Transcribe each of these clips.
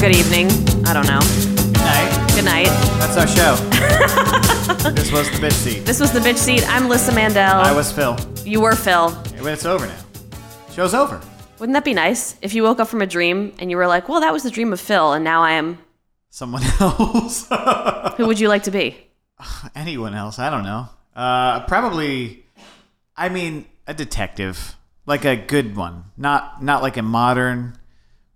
good evening. I don't know. Night. Good night. That's our show. this was the bitch seat. This was the bitch seat. I'm Lissa Mandel. I was Phil. you were Phil. But It's over now. Show's over. Wouldn't that be nice if you woke up from a dream and you were like, "Well, that was the dream of Phil, and now I am." Someone else. Who would you like to be? Anyone else? I don't know. Uh, probably. I mean, a detective, like a good one, not not like a modern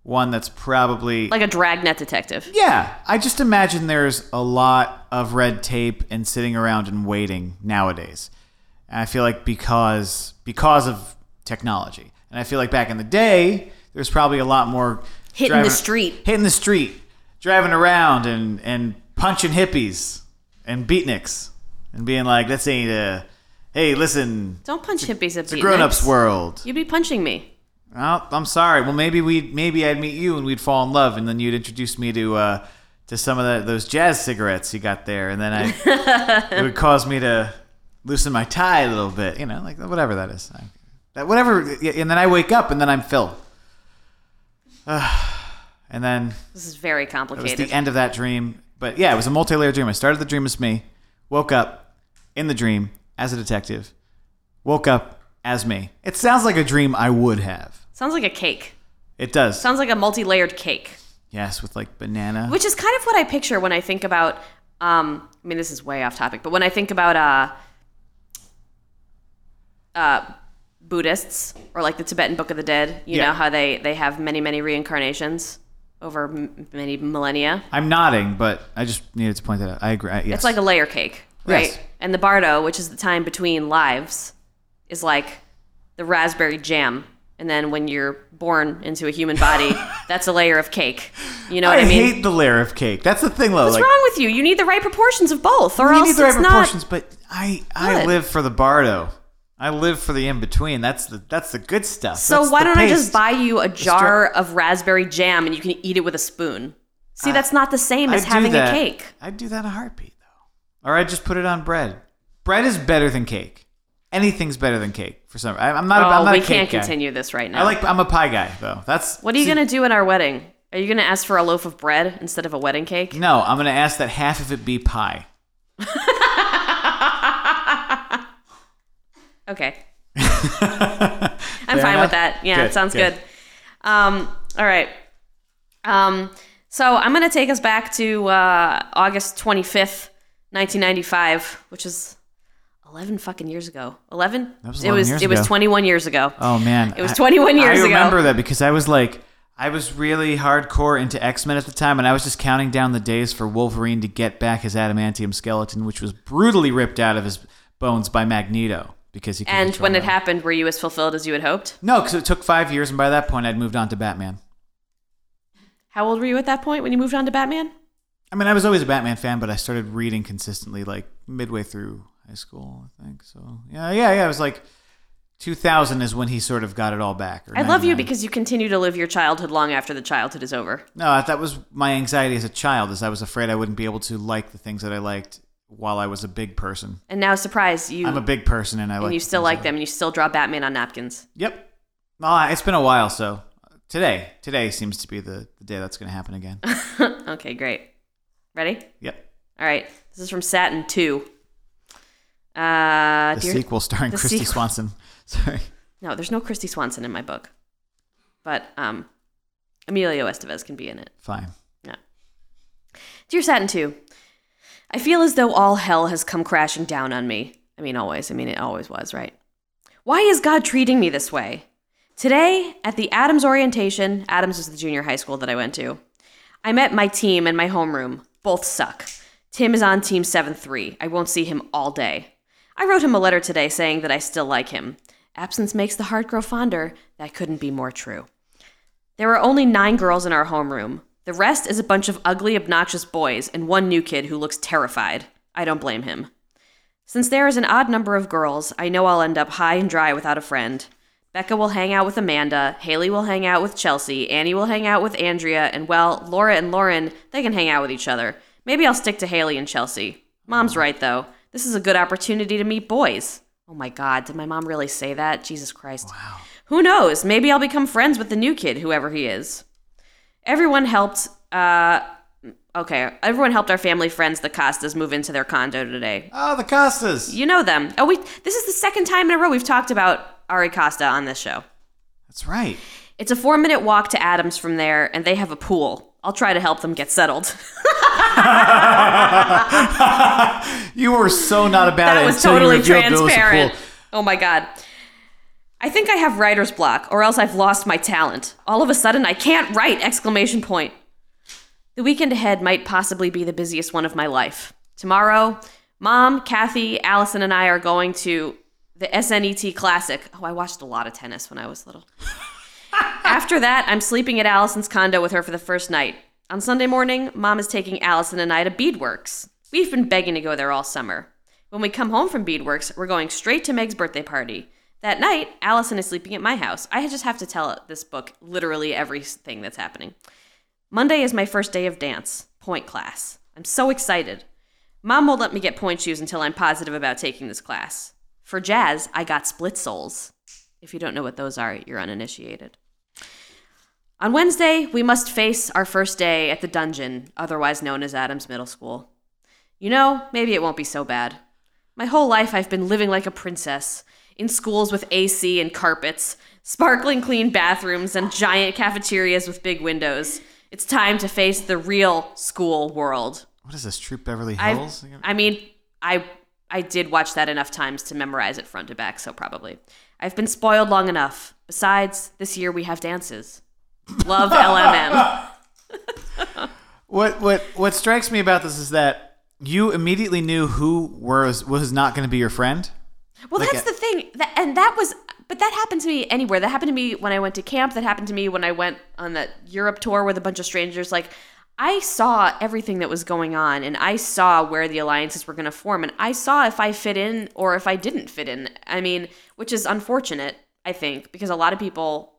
one. That's probably Like a dragnet detective. Yeah, I just imagine there's a lot of red tape and sitting around and waiting nowadays. And I feel like because because of technology, and I feel like back in the day, there's probably a lot more Hitting driving- the street. hitting the street, driving around and and punching hippies and beatniks and being like, "This ain't a hey, listen, Don't punch hippies at it's a grown-ups world." You'd be punching me. Well, I'm sorry. Well, maybe we maybe I'd meet you and we'd fall in love, and then you'd introduce me to uh, to some of the, those jazz cigarettes you got there, and then I it would cause me to loosen my tie a little bit, you know, like whatever that is, I, that whatever. And then I wake up, and then I'm Phil. Ah, and then This is very it was complicated. the end of that dream. But yeah, it was a multi-layered dream. I started the dream as me, woke up in the dream as a detective, woke up as me. It sounds like a dream I would have. Sounds like a cake. It does. Sounds like a multi-layered cake. Yes, with like banana. which is kind of what I picture when I think about. Um, I mean, this is way off topic, but when I think about uh, uh, Buddhists or like the Tibetan Book of the Dead, you Yeah. know how they they have many many reincarnations over m- many millennia. I'm nodding, but I just needed to point that out. I agree. I, yes. It's like a layer cake, right? Yes. And the bardo, which is the time between lives, is like the raspberry jam. And then when you're born into a human body, that's a layer of cake. You know what I, mean? hate the layer of cake. That's the thing, though. What's like, wrong with you? You need the right proportions of both, or you else need the right it's not. proportions, but I I good. live for the bardo. I live for the in between. That's the that's the good stuff. So That's why the don't I just paste. buy you a jar of raspberry jam and you can eat it with a spoon? See, that's not the same as I'd do having a that. cake. I'd do that in a heartbeat, though. Or I'd just put it on bread. Bread is better than cake. Anything's better than cake for some. I, I'm not. oh, I'm not we a cake can't guy. continue this right now. I like. I'm a pie guy, though. That's what are you see, gonna do at our wedding? Are you gonna ask for a loaf of bread instead of a wedding cake? No, I'm gonna ask that half of it be pie. Okay, I'm I'm fine with that. Yeah, it sounds good. Um, all right. Um, so I'm gonna take us back to uh, August 25th, 1995, which is 11 fucking years ago. 11? That was it 11 was years it was ago. 21 years ago. Oh man, It was I- 21 years I ago. remember that because I was like, I was really hardcore into X Men at the time, and I was just counting down the days for Wolverine to get back his adamantium skeleton, which was brutally ripped out of his bones by Magneto because he. couldn't And control when it him. happened, were you as fulfilled as you had hoped? no, because it took five years, and by that point, I'd moved on to Batman. How old were you at that point when you moved on to Batman? I mean, I was always a Batman fan, but I started reading consistently like midway through high school, I think. So yeah, yeah, yeah. It was like 2000 is when he sort of got it all back. or I love you 99. because you continue to live your childhood long after the childhood is over. No, that was my anxiety as a child, is I was afraid I wouldn't be able to like the things that I liked while I was a big person. And now, surprise, you I'm a big person, and I like. and you the still things like I- them, and you still draw Batman on napkins. Yep. Well, it's been a while, so today, today seems to be the, the day that's going to happen again. okay, great. Ready? yep. All right. This is from Satin 2. Uh, The dear- sequel starring the Christy sequel. Swanson. Sorry. No, there's no Christy Swanson in my book. But um, Emilio Estevez can be in it. Fine. No. Dear Satin 2, I feel as though all hell has come crashing down on me. I mean, always. I mean, it always was, right? Why is God treating me this way? Today, at the Adams orientation, Adams was the junior high school that I went to, I met my team in my homeroom. Both suck. Tim is on team 7 3. I won't see him all day. I wrote him a letter today saying that I still like him. Absence makes the heart grow fonder. That couldn't be more true. There are only nine girls in our homeroom. The rest is a bunch of ugly, obnoxious boys and one new kid who looks terrified. I don't blame him. Since there is an odd number of girls, I know I'll end up high and dry without a friend. Becca will hang out with Amanda, Haley will hang out with Chelsea, Annie will hang out with Andrea, and well, Laura and Lauren, they can hang out with each other. Maybe I'll stick to Haley and Chelsea. Mom's right, though. This is a good opportunity to meet boys. Oh my god, did my mom really say that? Jesus Christ. Who knows? Maybe I'll become friends with the new kid, whoever he is. Everyone helped Uh, okay. Everyone helped our family friends, the Costas, move into their condo today. Oh, the Costas. You know them. Oh, we. This is the second time in a row we've talked about Ari Costa on this show. That's right. It's a four minute walk to Adams from there, and they have a pool. I'll try to help them get settled. You were so not about that it was until totally you revealed there was a transparent. pool. Oh my god. I think I have writer's block, or else I've lost my talent. All of a sudden, I can't write! Exclamation point. The weekend ahead might possibly be the busiest one of my life. Tomorrow, Mom, Kathy, Allison, and I are going to the SNET Classic. Oh, I watched a lot of tennis when I was little. After that, I'm sleeping at Allison's condo with her for the first night. On Sunday morning, Mom is taking Allison and I to Beadworks. We've been begging to go there all summer. When we come home from Beadworks, we're going straight to Meg's birthday party. That night, Allison is sleeping at my house. I just have to tell this book literally everything that's happening. Monday is my first day of dance, point class. I'm so excited. Mom won't let me get point shoes until I'm positive about taking this class. For jazz, I got split soles. If you don't know what those are, you're uninitiated. On Wednesday, we must face our first day at the dungeon, otherwise known as Adams Middle School. You know, maybe it won't be so bad. My whole life I've been living like a princess, in schools with AC and carpets, sparkling clean bathrooms, and giant cafeterias with big windows. It's time to face the real school world. What is this, Troop Beverly I, Hills? I mean, I I did watch that enough times to memorize it front to back, so probably. I've been spoiled long enough. Besides, this year we have dances. Love LMM. What what what strikes me about this is that you immediately knew who was was not going to be your friend. Well, Like that's a- the thing, that, and that was, but that happened to me anywhere. That happened to me when I went to camp. That happened to me when I went on that Europe tour with a bunch of strangers. Like, I saw everything that was going on, and I saw where the alliances were going to form, and I saw if I fit in or if I didn't fit in. I mean, which is unfortunate, I think, because a lot of people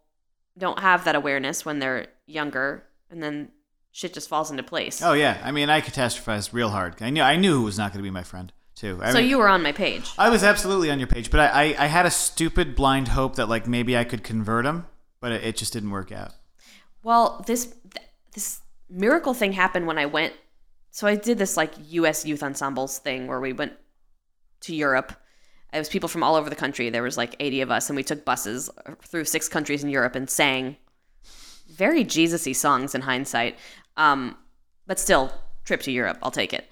don't have that awareness when they're younger, and then shit just falls into place. Oh yeah, I mean I catastrophized real hard. I knew I knew who was not going to be my friend too. I so mean, you were on my page. I was absolutely on your page, but I, I I had a stupid blind hope that like maybe I could convert him, but it, it just didn't work out. Well, this th- this miracle thing happened when I went. So I did this like U.S. youth ensembles thing where we went to Europe. It was people from all over the country. There was like 80 of us, and we took buses uh, through six countries in Europe and sang very Jesus-y songs in hindsight. Um, but still, trip to Europe, I'll take it.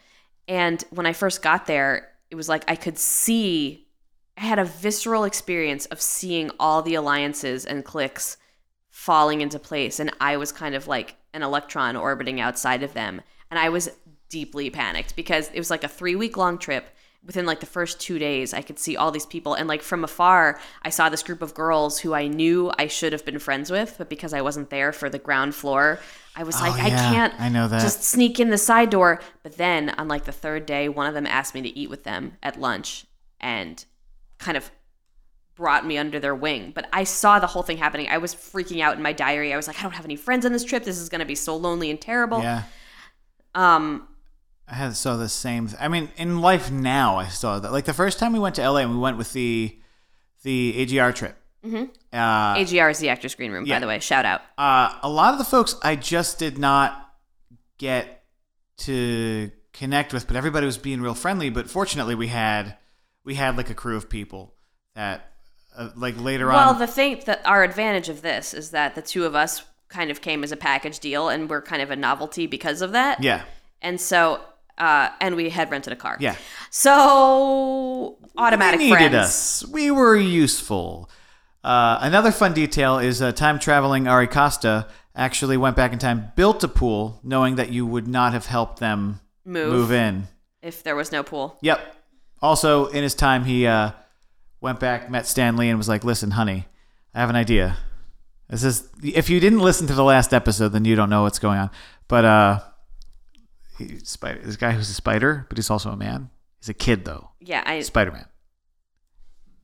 And when I first got there, it was like I could see. I had a visceral experience of seeing all the alliances and cliques falling into place and I was kind of like an electron orbiting outside of them and I was deeply panicked because it was like a 3 week long trip within like the first 2 days I could see all these people and like from afar I saw this group of girls who I knew I should have been friends with but because I wasn't there for the ground floor I was like I Oh, yeah, can't I know that. just sneak in the side door but then on like the third day one of them asked me to eat with them at lunch and kind of brought me under their wing. But I saw the whole thing happening. I was freaking out in my diary. I was like, I don't have any friends on this trip. This is going to be so lonely and terrible. Yeah, Um, I had saw the same. Th- I mean, in life now, I saw that. Like the first time we went to LA, and we went with the the AGR trip. Mm-hmm. Uh, AGR is the actor's green room, Yeah. by the way. Shout out. uh, a lot of the folks I just did not get to connect with, but everybody was being real friendly. But fortunately, we had we had like a crew of people that uh, like later Well, on. the thing that our advantage of this is that the two of us kind of came as a package deal and we're kind of a novelty because of that. yeah, And so, uh, and we had rented a car. yeah. So, automatic they needed friends. us. We were useful. Uh, another fun detail is uh, time traveling Ari Costa actually went back in time, built a pool, knowing that you would not have helped them Move. move in. If there was no pool. Yep. Also, in his time, he uh, went back, met Stanley, and was like, "Listen, honey, I have an idea. This is if you didn't listen to the last episode, then you don't know what's going on. But uh, he, spider, this guy who's a spider, but he's also a man. He's a kid though, Yeah, I, Spider Man.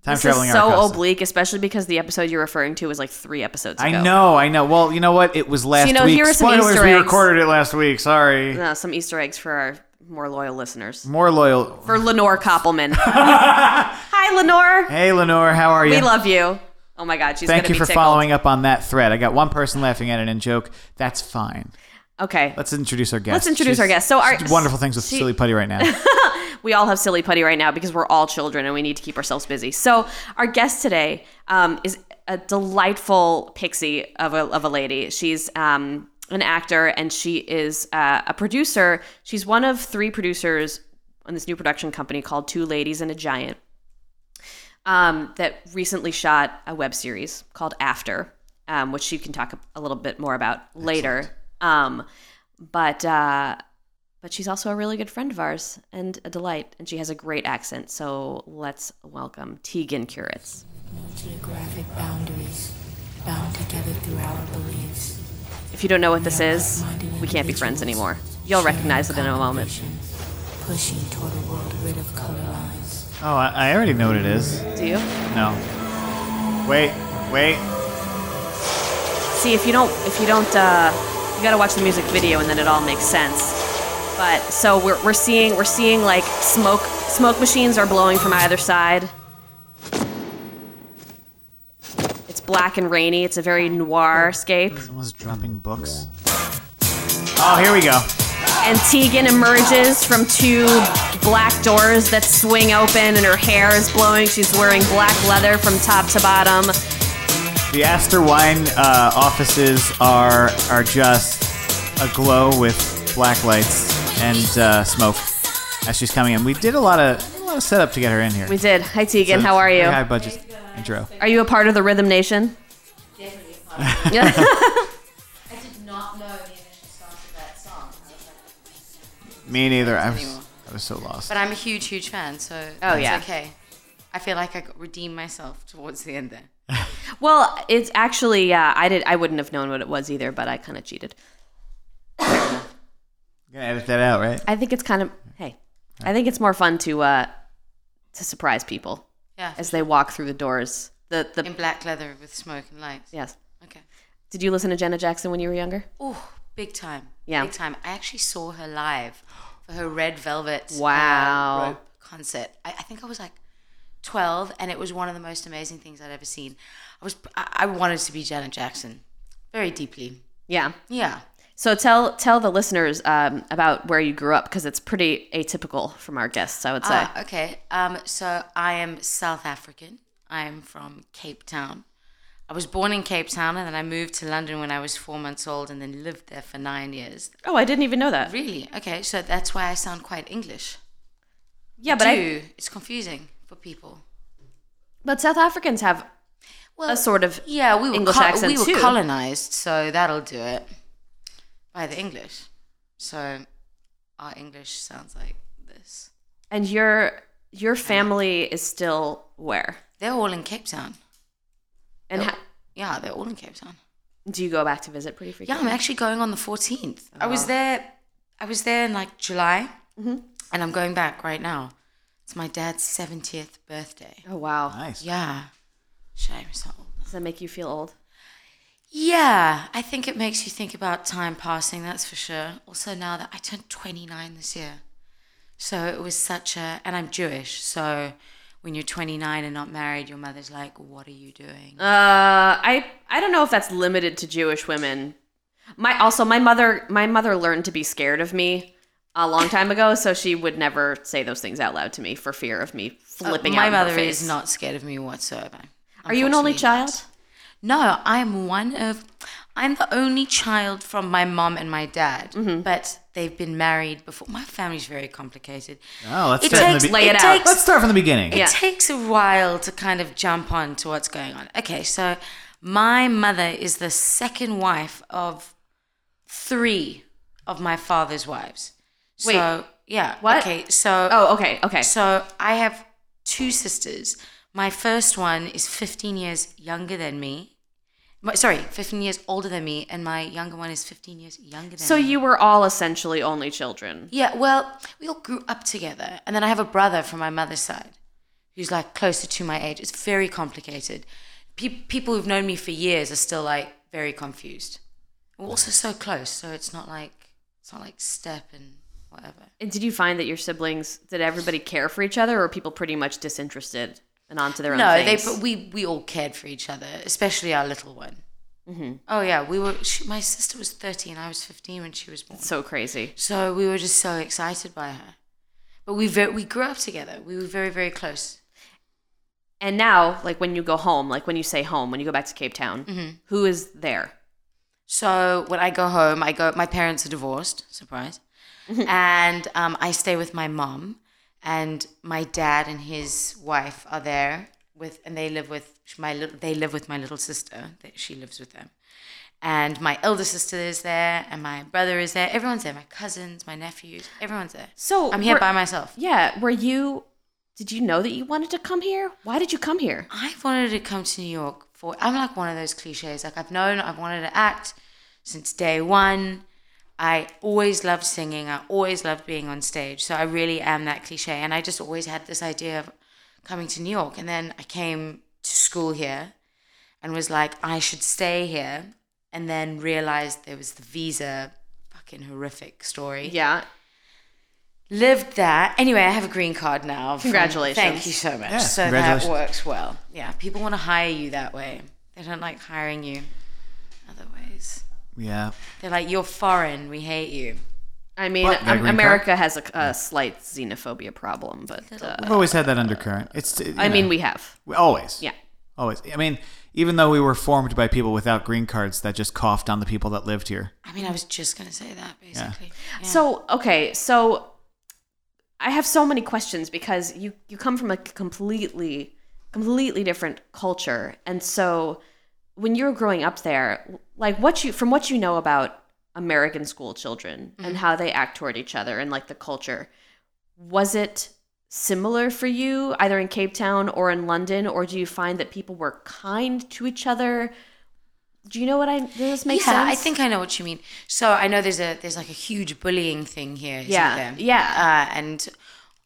Time this traveling. is so Arcosa. oblique, especially because the episode you're referring to was like three episodes ago. I know, I know. Well, you know what? It was last you know, week. here are some Spoilers, Easter we eggs. recorded it last week. Sorry. Uh, some Easter eggs for our more loyal listeners. More loyal. For Lenore Koppelman. Hi, Lenore. hey, Lenore, how are you? We love you. Oh my God, she's Thank gonna you be for tickled. following up on that thread. I got one person laughing at an in joke. That's fine. Okay. Let's introduce our guest. Let's introduce our guest. So our- she's wonderful things with she- Silly Putty right now. we all have silly putty right now because we're all children and we need to keep ourselves busy. So our guest today um, is a delightful pixie of a, of a lady. She's um, an actor and she is uh, a producer. She's one of three producers on this new production company called Two Ladies and a Giant um, that recently shot a web series called After, um, which she can talk a, a little bit more about later. Um, but uh, but she's also a really good friend of ours and a delight, and she has a great accent. So let's welcome Tegan Curitz. Geographic boundaries bound together through our beliefs. If you don't know what this is, we can't be friends anymore. You'll recognize it in a moment. Pushing toward a world rid of color lines. Oh, I, I already know what it is. Do you? No. Wait, wait. See, if you don't, if you don't, uh, you gotta watch the music video, and then it all makes sense. But so we're, we're seeing we're seeing like smoke smoke machines are blowing from either side. It's black and rainy. It's a very noir scape. Someone's dropping books. Oh, here we go. And Tegan emerges from two black doors that swing open, and her hair is blowing. She's wearing black leather from top to bottom. The Astor Wine uh, offices are are just aglow with black lights and uh, smoke as she's coming in. We did a lot of a lot of setup to get her in here. We did. Hi, Tegan. So How are it's you? very High budget intro. Are you a part of the Rhythm Nation? I did not know the initial song to that song. I was like, Me neither. I was I was so lost. but I'm a huge, huge fan, so Oh, it's yeah. okay. I feel like I got redeemed myself towards the end there. Well, it's actually yeah. I did. I wouldn't have known what it was either, but I kind of cheated. You're gonna edit that out, right? I think it's kind of hey. I think it's more fun to uh to surprise people Yeah. as they walk through the doors. The the in black leather with smoke and lights. yes. Okay. Did you listen to Jenna Jackson when you were younger? Oh, big time. Yeah. Big time. I actually saw her live for her Red Velvet uh, Wow. rope concert. I, I think I was like 12, and it was one of the most amazing things I'd ever seen. I was I, I wanted to be Janet Jackson very deeply. Yeah. Yeah. So tell tell the listeners um, about where you grew up because it's pretty atypical from our guests. I would say. Ah, okay. Um, so I am South African. I am from Cape Town. I was born in Cape Town and then I moved to London when I was four months old and then lived there for nine years. oh, I didn't even know that. Really? Okay. So that's why I sound quite English. Yeah, but I, Do. It's confusing for people. but South Africans have Well, a sort of yeah, we were English col- accent we were too. colonized, so that'll do it by the English. So our English sounds like this. and your your family is still where They're all in Cape Town. and how, Yeah, they're all in Cape Town. do you go back to visit pretty Yeah, frequently? I'm actually going on the 14th. I was there. I was there in like July, Mm-hmm. and I'm going back right now. It's my dad's 70th birthday. Oh wow. Nice. Yeah, shame so old. Does that make you feel old? Yeah, I think it makes you think about time passing. That's for sure. Also, now that I turned 29 this year, so it was such a. And I'm Jewish, so when you're 29 and not married, your mother's like, "What are you doing?" Uh, I I don't know if that's limited to Jewish women. My also my mother my mother learned to be scared of me a long time ago, so she would never say those things out loud to me for fear of me flipping Uh, my out. in her mother face. is not scared of me whatsoever. Are you an only Unfortunately not. child? No, I'm one of. I'm the only child from my mom and my dad, Mm-hmm. but they've been married before. My family's very complicated. Oh, let's It start from takes- the be- lay it it out. takes- Let's start from the beginning. Yeah. It takes a while to kind of jump on to what's going on. Okay, so my mother is the second wife of three of my father's wives. Wait. So, yeah. What? Okay, so Oh, okay, okay. so I have two sisters. My first one is 15 years younger than me. My- Sorry, 15 years older than me, and my younger one is 15 years younger than So me. you were all essentially only children. Yeah, well, we all grew up together. And then I have a brother from my mother's side who's like closer to my age. It's very complicated. Pe- people who've known me for years are still like very confused. We're also so close, so it's not like it's not like step and whatever. And did you find that your siblings did everybody care for each other, or were people pretty much disinterested and onto their own No, they things? but we we all cared for each other, especially our little one. Mm-hmm. Oh yeah, we were. She, my sister was thirteen. I was fifteen when she was born. So crazy. So we were just so excited by her. But we very, we grew up together. We were very very close. And now, like when you go home, like when you say home, when you go back to Cape Town, who is there? So when I go home, I go. My parents are divorced. Surprise. and um, I stay with my mom, and my dad and his wife are there with, and they live with my. lit- They live with my little sister. They- She lives with them, and my elder sister is there, and my brother is there. Everyone's there. My cousins, my nephews, everyone's there. So I'm here were- by myself. Yeah. Were you? Did you know that you wanted to come here? Why did you come here? I've wanted to come to New York for. I'm like one of those cliches. Like I've known I've wanted to act since day one. I always loved singing. I always loved being on stage. So I really am that cliche. And I just always had this idea of coming to New York. And then I came to school here and was like, I should stay here. And then realized there was the visa fucking horrific story Yeah. lived that. Anyway, I have a green card now. from- Congratulations. Thank you so much. Yeah, so that congratulations. works well. Yeah, people want to hire you that way. They don't like hiring you other ways. Yeah. They're like, you're foreign. We hate you. I mean, What, um, Megan America has a, a slight xenophobia problem, but uh, We've always had that undercurrent. It's. you I mean, know, we have. we- always. Yeah. Always. I mean, even though we were formed by people without green cards that just coughed on the people that lived here. I mean, I was just going to say that basically. Yeah. So okay, so I have so many questions because you you come from a completely completely different culture, and so when you were growing up there, like what you from what you know about American school children Mm-hmm. and how they act toward each other and like the culture, was it similar for you either in Cape Town or in London, or do you find that people were kind to each other? Do you know what I? Does this make yeah, sense? I think I know what you mean. So I know there's a there's like a huge bullying thing here. isn't Yeah, there? yeah. Uh, and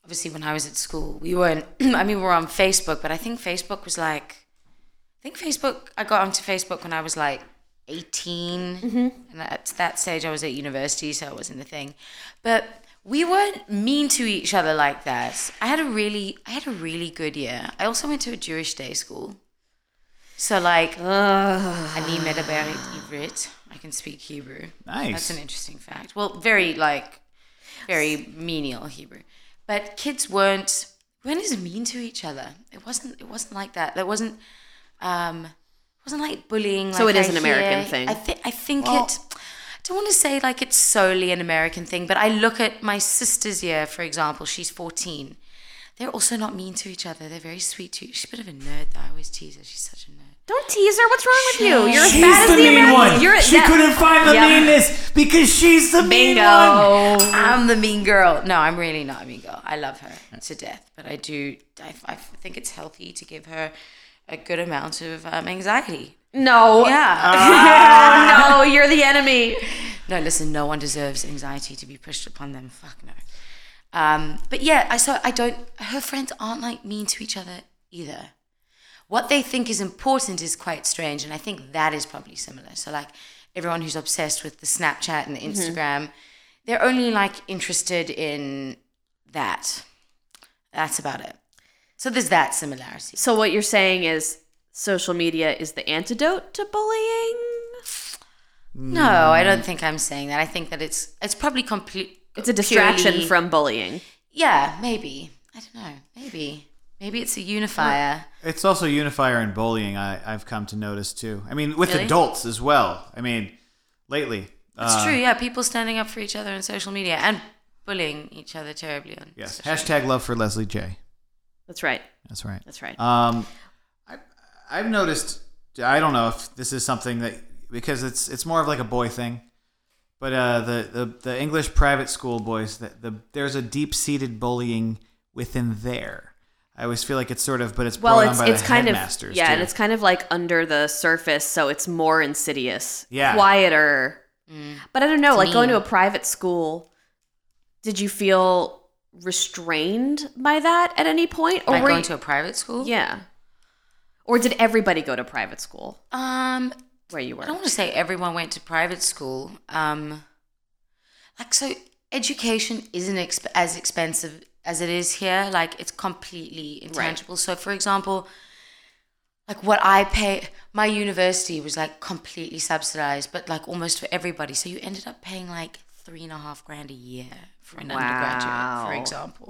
obviously, when I was at school, we weren't. I mean, we were on Facebook, but I think Facebook was like, I think Facebook. I got onto Facebook when I was like 18, Mm-hmm. and at that stage, I was at university, so it wasn't a thing. But we weren't mean to each other like that. I had a really, I had a really good year. I also went to a Jewish day school, so like. Ah. אני מדברת עברית. I can speak Hebrew. Nice. That's an interesting fact. Well, very like, very menial Hebrew. But kids weren't weren't as mean to each other. It wasn't it wasn't like that. That wasn't um it wasn't like bullying. So like it is I an American hear. thing. I think I think it. I don't want to say like it's solely an American thing, but I look at my sister's year, for example. She's fourteen. They're also not mean to each other. They're very sweet to. She's a bit of a nerd. Though. I always tease her. She's such a nerd. Don't tease her. What's wrong with you? You're as She's bad as the the mean American. one. You're, she yeah. couldn't find the Yeah. meanness because she's the mean one. Bingo. I'm the mean girl. No, I'm really not a mean girl. I love her to death, but I do. I, I think it's healthy to give her a good amount of um, anxiety. No. Yeah. Ah. no, you're the enemy. no, listen. No one deserves anxiety to be pushed upon them. Fuck no. Um, but yeah, I so I don't. Her friends aren't like mean to each other either. What they think is important is quite strange, and I think that is probably similar. So like everyone who's obsessed with the Snapchat and the Mm-hmm. Instagram, they're only like interested in that. That's about it. So there's that similarity. So what you're saying is social media is the antidote to bullying? Mm. No, I don't think I'm saying that. I think that it's it's probably complete. It's a distraction purely- from bullying. Yeah, maybe. I don't know. Maybe. Maybe it's a unifier. It's also unifier in bullying. I, I've come to notice too. I mean, with Really? adults as well. I mean, lately. It's uh, true. Yeah, people standing up for each other on social media and bullying each other terribly on. Yes. social media. Hashtag love for Leslie J. That's right. That's right. That's right. Um, I, I've noticed. I don't know if this is something that because it's it's more of like a boy thing, but uh, the, the the English private school boys that the there's a deep seated bullying within there. I always feel like it's sort of, but it's well, brought it's on by it's the kind of headmasters. yeah, too. and it's kind of like under the surface, so it's more insidious. Yeah. Mm. Quieter. But I don't know, like going to mean. a private school, did you feel restrained by that at any point Am I were going you- to a private school? Yeah. Or did everybody go to private school Um, where you I were? don't want to say everyone went to private school. Um, like so, education isn't exp- as expensive as it is here. Like it's completely intangible. So, for example, like what I pay my university was like completely subsidized, but like almost for everybody. So you ended up paying like three and a half grand a year for an undergraduate, Wow. for example.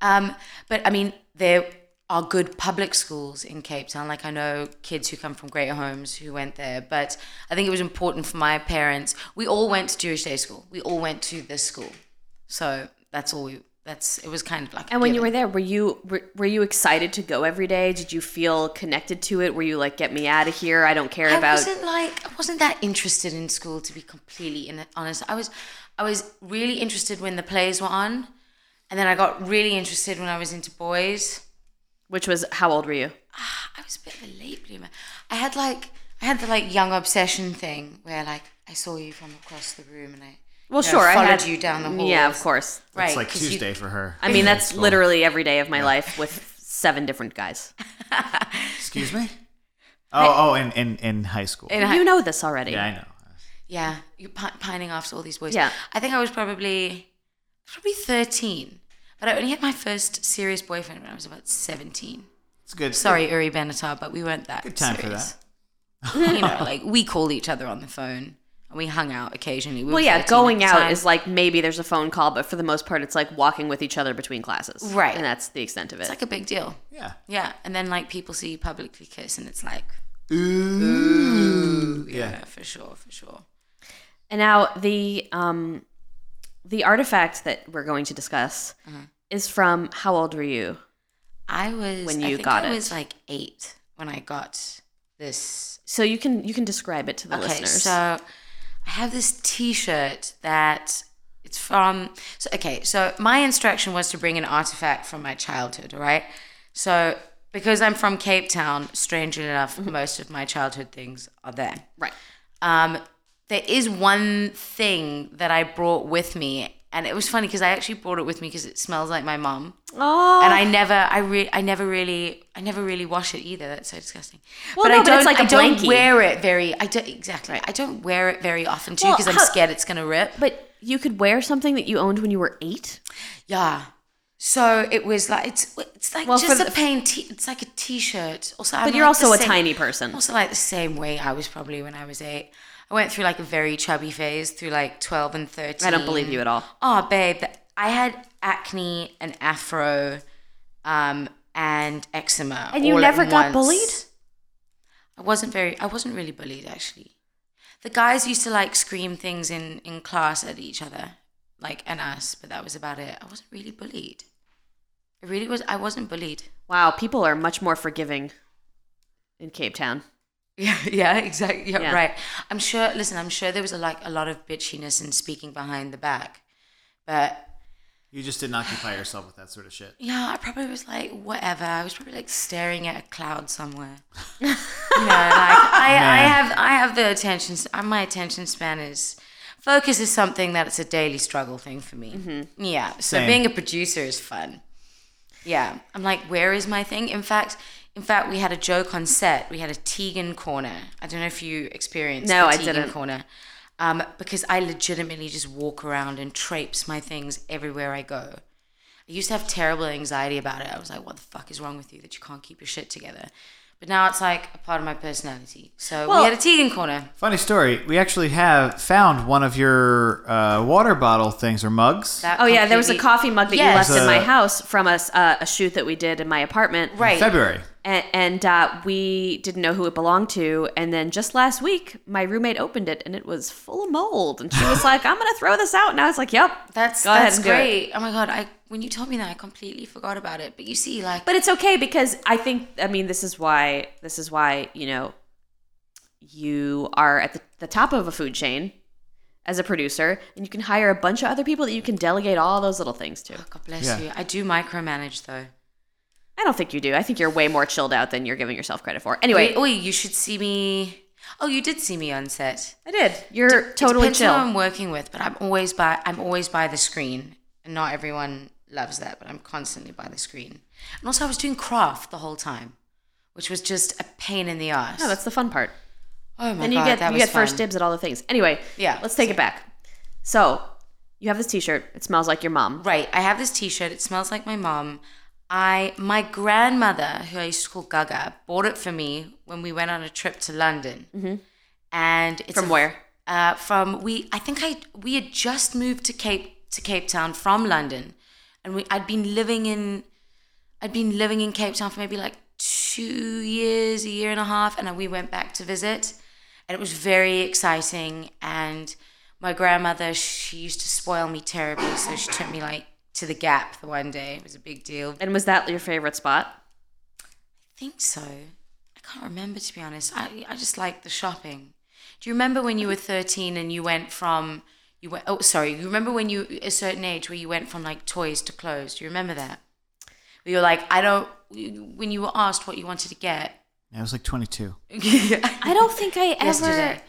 Um, but I mean, there are good public schools in Cape Town. Like I know kids who come from great homes who went there, but I think it was important for my parents. We all went to Jewish day school. We all went to this school, so that's all we. That's it was kind of like. a And when you given. were there, were you were, were you excited to go every day? Did you feel connected to it? Were you like, get me out of here? I don't care I about. wasn't like I wasn't that interested in school to be completely in- honest. I was I was really interested when the plays were on, and then I got really interested when I was into boys. Which was how old were you? I was a bit of a late bloomer. I had like I had the like young obsession thing where like I saw you from across the room and I Well, you know, sure, I followed had you down the hall. Yeah, of course. right? it's like 'cause you- Tuesday for her. I mean, that's School. literally every day of my life with seven different guys. Excuse me. Oh, oh, in in, in high school. And I- you know this already. yeah, I know. yeah, you pi- pining after all these boys. Yeah. I think I was probably probably thirteen, but I only had my first serious boyfriend when I was about seventeen. It's good. Sorry, Uri Benatar, but we weren't that. Good time for serious. you know, like we called each other on the phone and we hung out occasionally. We Well, were yeah, 13 at going the out time. is like maybe there's a phone call, but for the most part, it's like walking with each other between classes. Right. And that's the extent of it. it's like a big deal. Yeah. Yeah, and then like people see you publicly kiss, and it's like, Ooh. yeah, Yeah. for sure, for sure. and now the um, the artifact that we're going to discuss is from how old were you? I was When I you think got I it. was like eight when I got this. So you can you can describe it to the okay, listeners. so I have this T-shirt that it's from. So okay, so my instruction was to bring an artifact from my childhood. All right, so because I'm from Cape Town, strangely enough, Mm-hmm. most of my childhood things are there. right. um, there is one thing that I brought with me, and it was funny because I actually brought it with me because it smells like my mom, Oh. and I never, I re- I never really, I never really wash it either. That's so disgusting. Well, no, I but don't, it's like I a don't blankie. wear it very. I don't exactly. I don't wear it very often too Well, because I'm how- scared it's gonna rip. but you could wear something that you owned when you were eight. Yeah. So it was like it's it's like Well, just for a the- plain t- it's like a t-shirt. Also, But you're also a tiny person. Also, like the same way I was probably when I was eight. I went through like a very chubby phase through like twelve and thirteen. I don't believe you at all. Oh, babe, th- I had acne and afro, um, and eczema. And you all at never got once. bullied? I wasn't very. I wasn't really bullied actually. The guys used to like scream things in in class at each other, like and us, but that was about it. I wasn't really bullied. It really was. I wasn't bullied. Wow, people are much more forgiving in Cape Town. Yeah, yeah, exactly. Yeah, Yeah. right. I'm sure. Listen, I'm sure there was a, like a lot of bitchiness and speaking behind the back, but You just didn't occupy yourself with that sort of shit. Yeah, I probably was like, whatever. I was probably like staring at a cloud somewhere. you know, like I, I Man. have I have the attention. s- uh, My attention span is focus is something that it's a daily struggle thing for me. Mm-hmm. Yeah, so Same. being a producer is fun. Yeah, I'm like, where is my thing? In fact, in fact, we had a joke on set. We had a Tegan corner. I don't know if you experienced No, the I Tegan didn't. corner. Um, because I legitimately just walk around and traipse my things everywhere I go. I used to have terrible anxiety about it. I was like, what the fuck is wrong with you that you can't keep your shit together? But now it's like a part of my personality. So Well- we had a Tegan corner. Funny story. We actually have found one of your uh, water bottle things or mugs. That Oh yeah, there was a completely- coffee mug that Yes. you left in my Uh, house from us uh, a shoot that we did in my apartment. Right. February. And, and uh, we didn't know who it belonged to. And then just last week, my roommate opened it and it was full of mold. And she was like, "I'm gonna throw this out." And I was like, "Yep, That's go ahead that's and do it." great. Oh my god, I when you told me that I completely forgot about it. But you see, like But it's okay because I think I mean this is why this is why you know you are at the, the top of a food chain as a producer, and you can hire a bunch of other people that you can delegate all those little things to. Oh, God bless Yeah. you. I do micromanage though. I don't think you do. I think you're way more chilled out than you're giving yourself credit for. Anyway, Oh, you should see me. Oh, you did see me on set. I did. You're It totally depends who chill. I'm working with, but I'm always by I'm always by the screen, and not everyone loves that, but I'm constantly by the screen. And also, I was doing craft the whole time, which was just a pain in the ass. No, that's the fun part. oh my Then you god, get that you was get first fun. dibs at all the things. Anyway, Yeah, let's take it back. So you have this T-shirt. It smells like your mom. Right, I have this T-shirt. It smells like my mom. I my grandmother, who I used to call Gaga, bought it for me when we went on a trip to London. And it's Mm-hmm. From a- where? Uh, from we I think I we had just moved to Cape to Cape Town from London, and we I'd been living in I'd been living in Cape Town for maybe like two years, a year and a half, and we went back to visit, and it was very exciting. And my grandmother, she used to spoil me terribly, so she took me like to the Gap the one day. It was a big deal. And was that your favorite spot? think so. I can't remember to be honest. I I just like the shopping. Do you remember when you were thirteen and you went from you went oh sorry, you remember when you a certain age where you went from like toys to clothes? Do you remember that? Where you're like, I don't when you were asked what you wanted to get. I was like 22. I don't think I ever. Yesterday.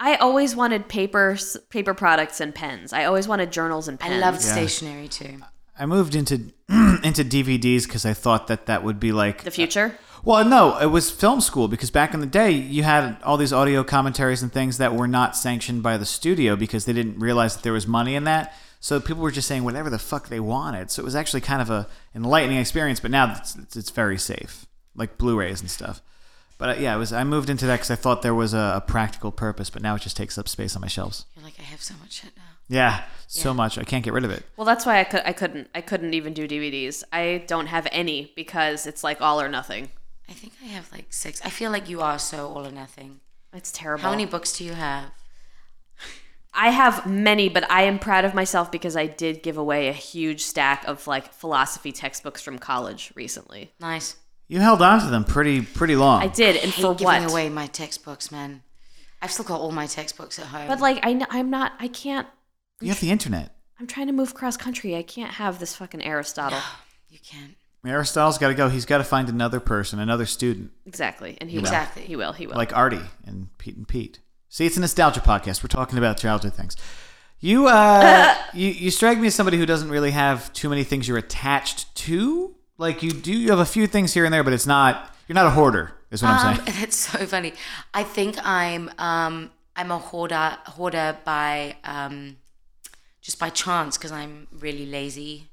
I always wanted paper paper products and pens. I always wanted journals and I pens. loved Yeah. stationery too. I moved into into DVDs because I thought that that would be like the future. Well, no, it was film school because back in the day, you had all these audio commentaries and things that were not sanctioned by the studio because they didn't realize that there was money in that. So people were just saying whatever the fuck they wanted. So it was actually kind of a enlightening experience. But now it's, it's, it's very safe, like Blu-rays and stuff. But uh, yeah, it was. I moved into that because I thought there was a, a practical purpose, but now it just takes up space on my shelves. You're like, I have so much shit now. Yeah, so much I can't get rid of it. Well, that's why I could I couldn't I couldn't even do DVDs. I don't have any because it's like all or nothing. I think I have like six. I feel like you are so all or nothing. It's terrible. How many books do you have? I have many, but I am proud of myself because I did give away a huge stack of like philosophy textbooks from college recently. Nice. You held on to them pretty pretty long. I did, and hate for giving what? away my textbooks, man. I've still got all my textbooks at home. But like I kn- I'm not I can't You have the internet. I'm trying to move cross country. I can't have this fucking Aristotle. you can't. Aristotle's got to go. He's got to find another person, another student. exactly. And he Exactly. will. He will. He will. like Artie and Pete and Pete. See, it's a nostalgia podcast. We're talking about childhood things. You, uh, you, you strike me as somebody who doesn't really have too many things you're attached to. Like you do, you have a few things here and there, but it's not. You're not a hoarder, is what I'm Um, saying. that's so funny. I think I'm um, I'm a hoarder hoarder by um, just by chance because I'm really lazy.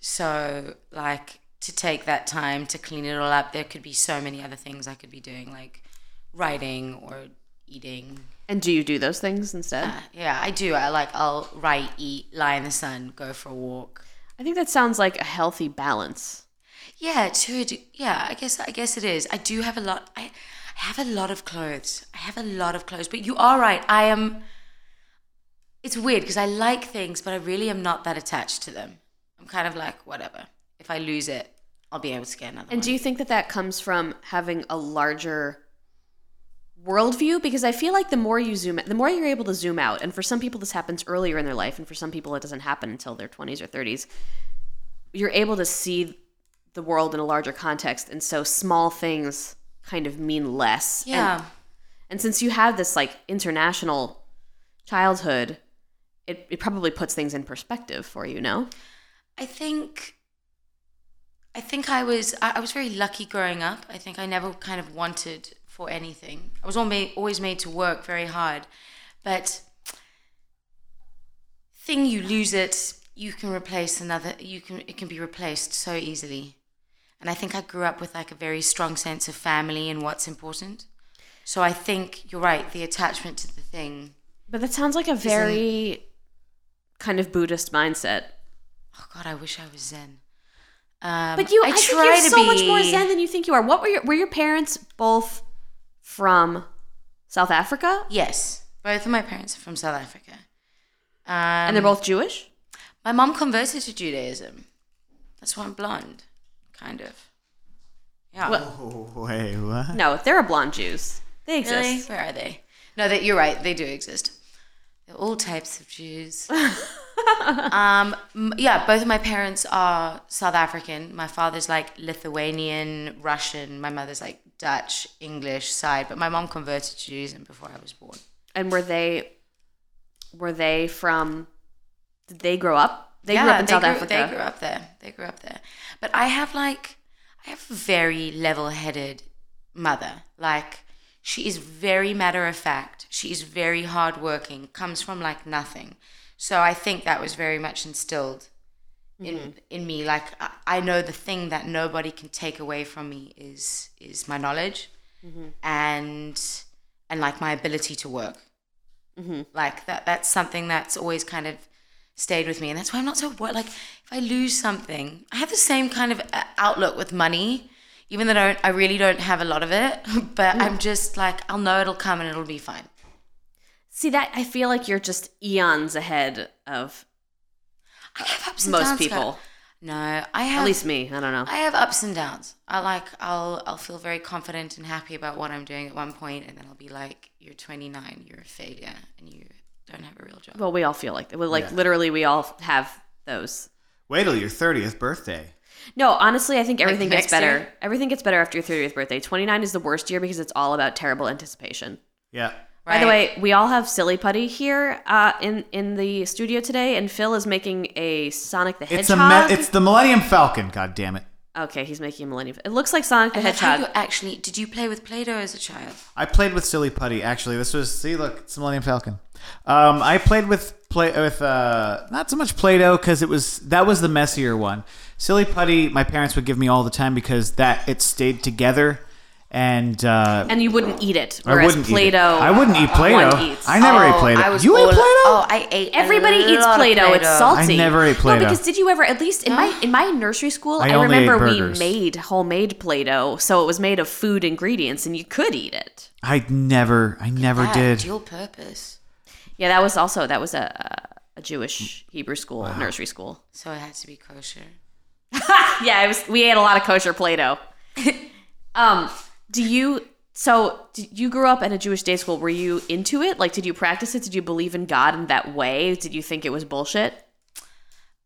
So like to take that time to clean it all up, there could be so many other things I could be doing, like writing or eating. and do you do those things instead? Yeah, I do. I like I'll write, eat, lie in the sun, go for a walk. I think that sounds like a healthy balance. Yeah, to a de- yeah, I guess I guess it is. I do have a lot. I, I have a lot of clothes. I have a lot of clothes. But you are right. I am. It's weird because I like things, but I really am not that attached to them. I'm kind of like whatever. If I lose it, I'll be able to get another. And do you think that that comes from having a larger worldview? Because I feel like the more you zoom, the more you're able to zoom out. And for some people, this happens earlier in their life, and for some people, it doesn't happen until their 20s or 30s. You're able to see the world in a larger context, and so small things kind of mean less. And- Yeah. and since you have this like international childhood, it, it probably puts things in perspective for you, no? I think I think I was I, I was very lucky growing up. I think I never kind of wanted for anything. I was all made, always made to work very hard. But thing you lose it, you can replace another you can it can be replaced so easily. And I think I grew up with like a very strong sense of family and what's important. So I think you're right, the attachment to the thing. But that sounds like a very kind of Buddhist mindset. Oh god, I wish I was zen. Um, But you, I, think try you're to so much more be- Zen than you think you are. What were your were your parents both from South Africa, Yes, both of my parents are from South Africa. Um, and they're both Jewish? My mom converted to Judaism. That's why I'm blonde, kind of. Yeah. Well, Oh, wait, what? No, they're a blonde Jews. They exist. really? Where are they? No, that you're right. They do exist. They're all types of Jews. um, m- yeah, both of my parents are South African. My father's like Lithuanian, Russian. My mother's like Dutch, English side. But my mom converted to Judaism before I was born. And were they were they from? Did they grow up? They grew Yeah, up in South grew- Africa. They grew up there. They grew up there. But I have like, I have a very level-headed mother. Like, she is very matter of fact. She is very hardworking. Comes from like Mm-hmm. nothing. So I think that was very much instilled in in me. Like, I, I know the thing that nobody can take away from me is is my knowledge Mm-hmm. and and like my ability to work. Mm-hmm. Like that that's something that's always kind of stayed with me and that's why I'm not so worried like if I lose something I have the same kind of uh, outlook with money even though I, don't, I really don't have a lot of it Mm. but I'm just like I'll know it'll come and it'll be fine See that I feel like you're just eons ahead of I have ups and most downs, people. Scott. no I have At least me. I don't know. I have ups and downs. I like I'll I'll feel very confident and happy about what I'm doing at one point, and then I'll be like, "You're 29, you're a failure, and you don't have a real job." well, we all feel like that. Well, like Yeah. literally, we all have those. Wait till your 30th birthday. No, honestly, I think everything gets next better. year? Everything gets better after your 30th birthday. 29 is the worst year because it's all about terrible anticipation. Yeah. By the Right. way, we all have silly putty here uh, in in the studio today, and Phil is making a Sonic the It's a Hedgehog. me- it's the Millennium Falcon, god damn it. okay, he's making a Millennium. It looks like Sonic the I love how Hedgehog. you actually did you play with Play-Doh as a child? I played with Silly Putty actually. This was see look, it's the Millennium Falcon. Um, I played with play with uh, not so much Play-Doh because it was that was the messier one. Silly Putty, my parents would give me all the time because that it stayed together, and uh, and you wouldn't eat it, I whereas wouldn't Play-Doh. eat it. I wouldn't eat One Play-Doh. eats. I never uh, oh, ate Play-Doh. I was you all- ate Play-Doh? Oh, I ate. a Everybody eats lot of Play-Doh. It's Play-Doh. salty. I never ate No, Play-Doh. because did you ever? At least in my in my nursery school, I I, only ate remember we burgers. made homemade Play-Doh, so it was made of food ingredients, and you could eat it. I never, I never Ah, did. dual purpose. Yeah, that was also that was a a Jewish Hebrew school nursery school. So it had to be kosher. Yeah, it was, we ate a lot of kosher Play-Doh. um, do you? So d you grew up in a Jewish day school. Were you into it? Like, did you practice it? Did you believe in God in that way? Did you think it was bullshit?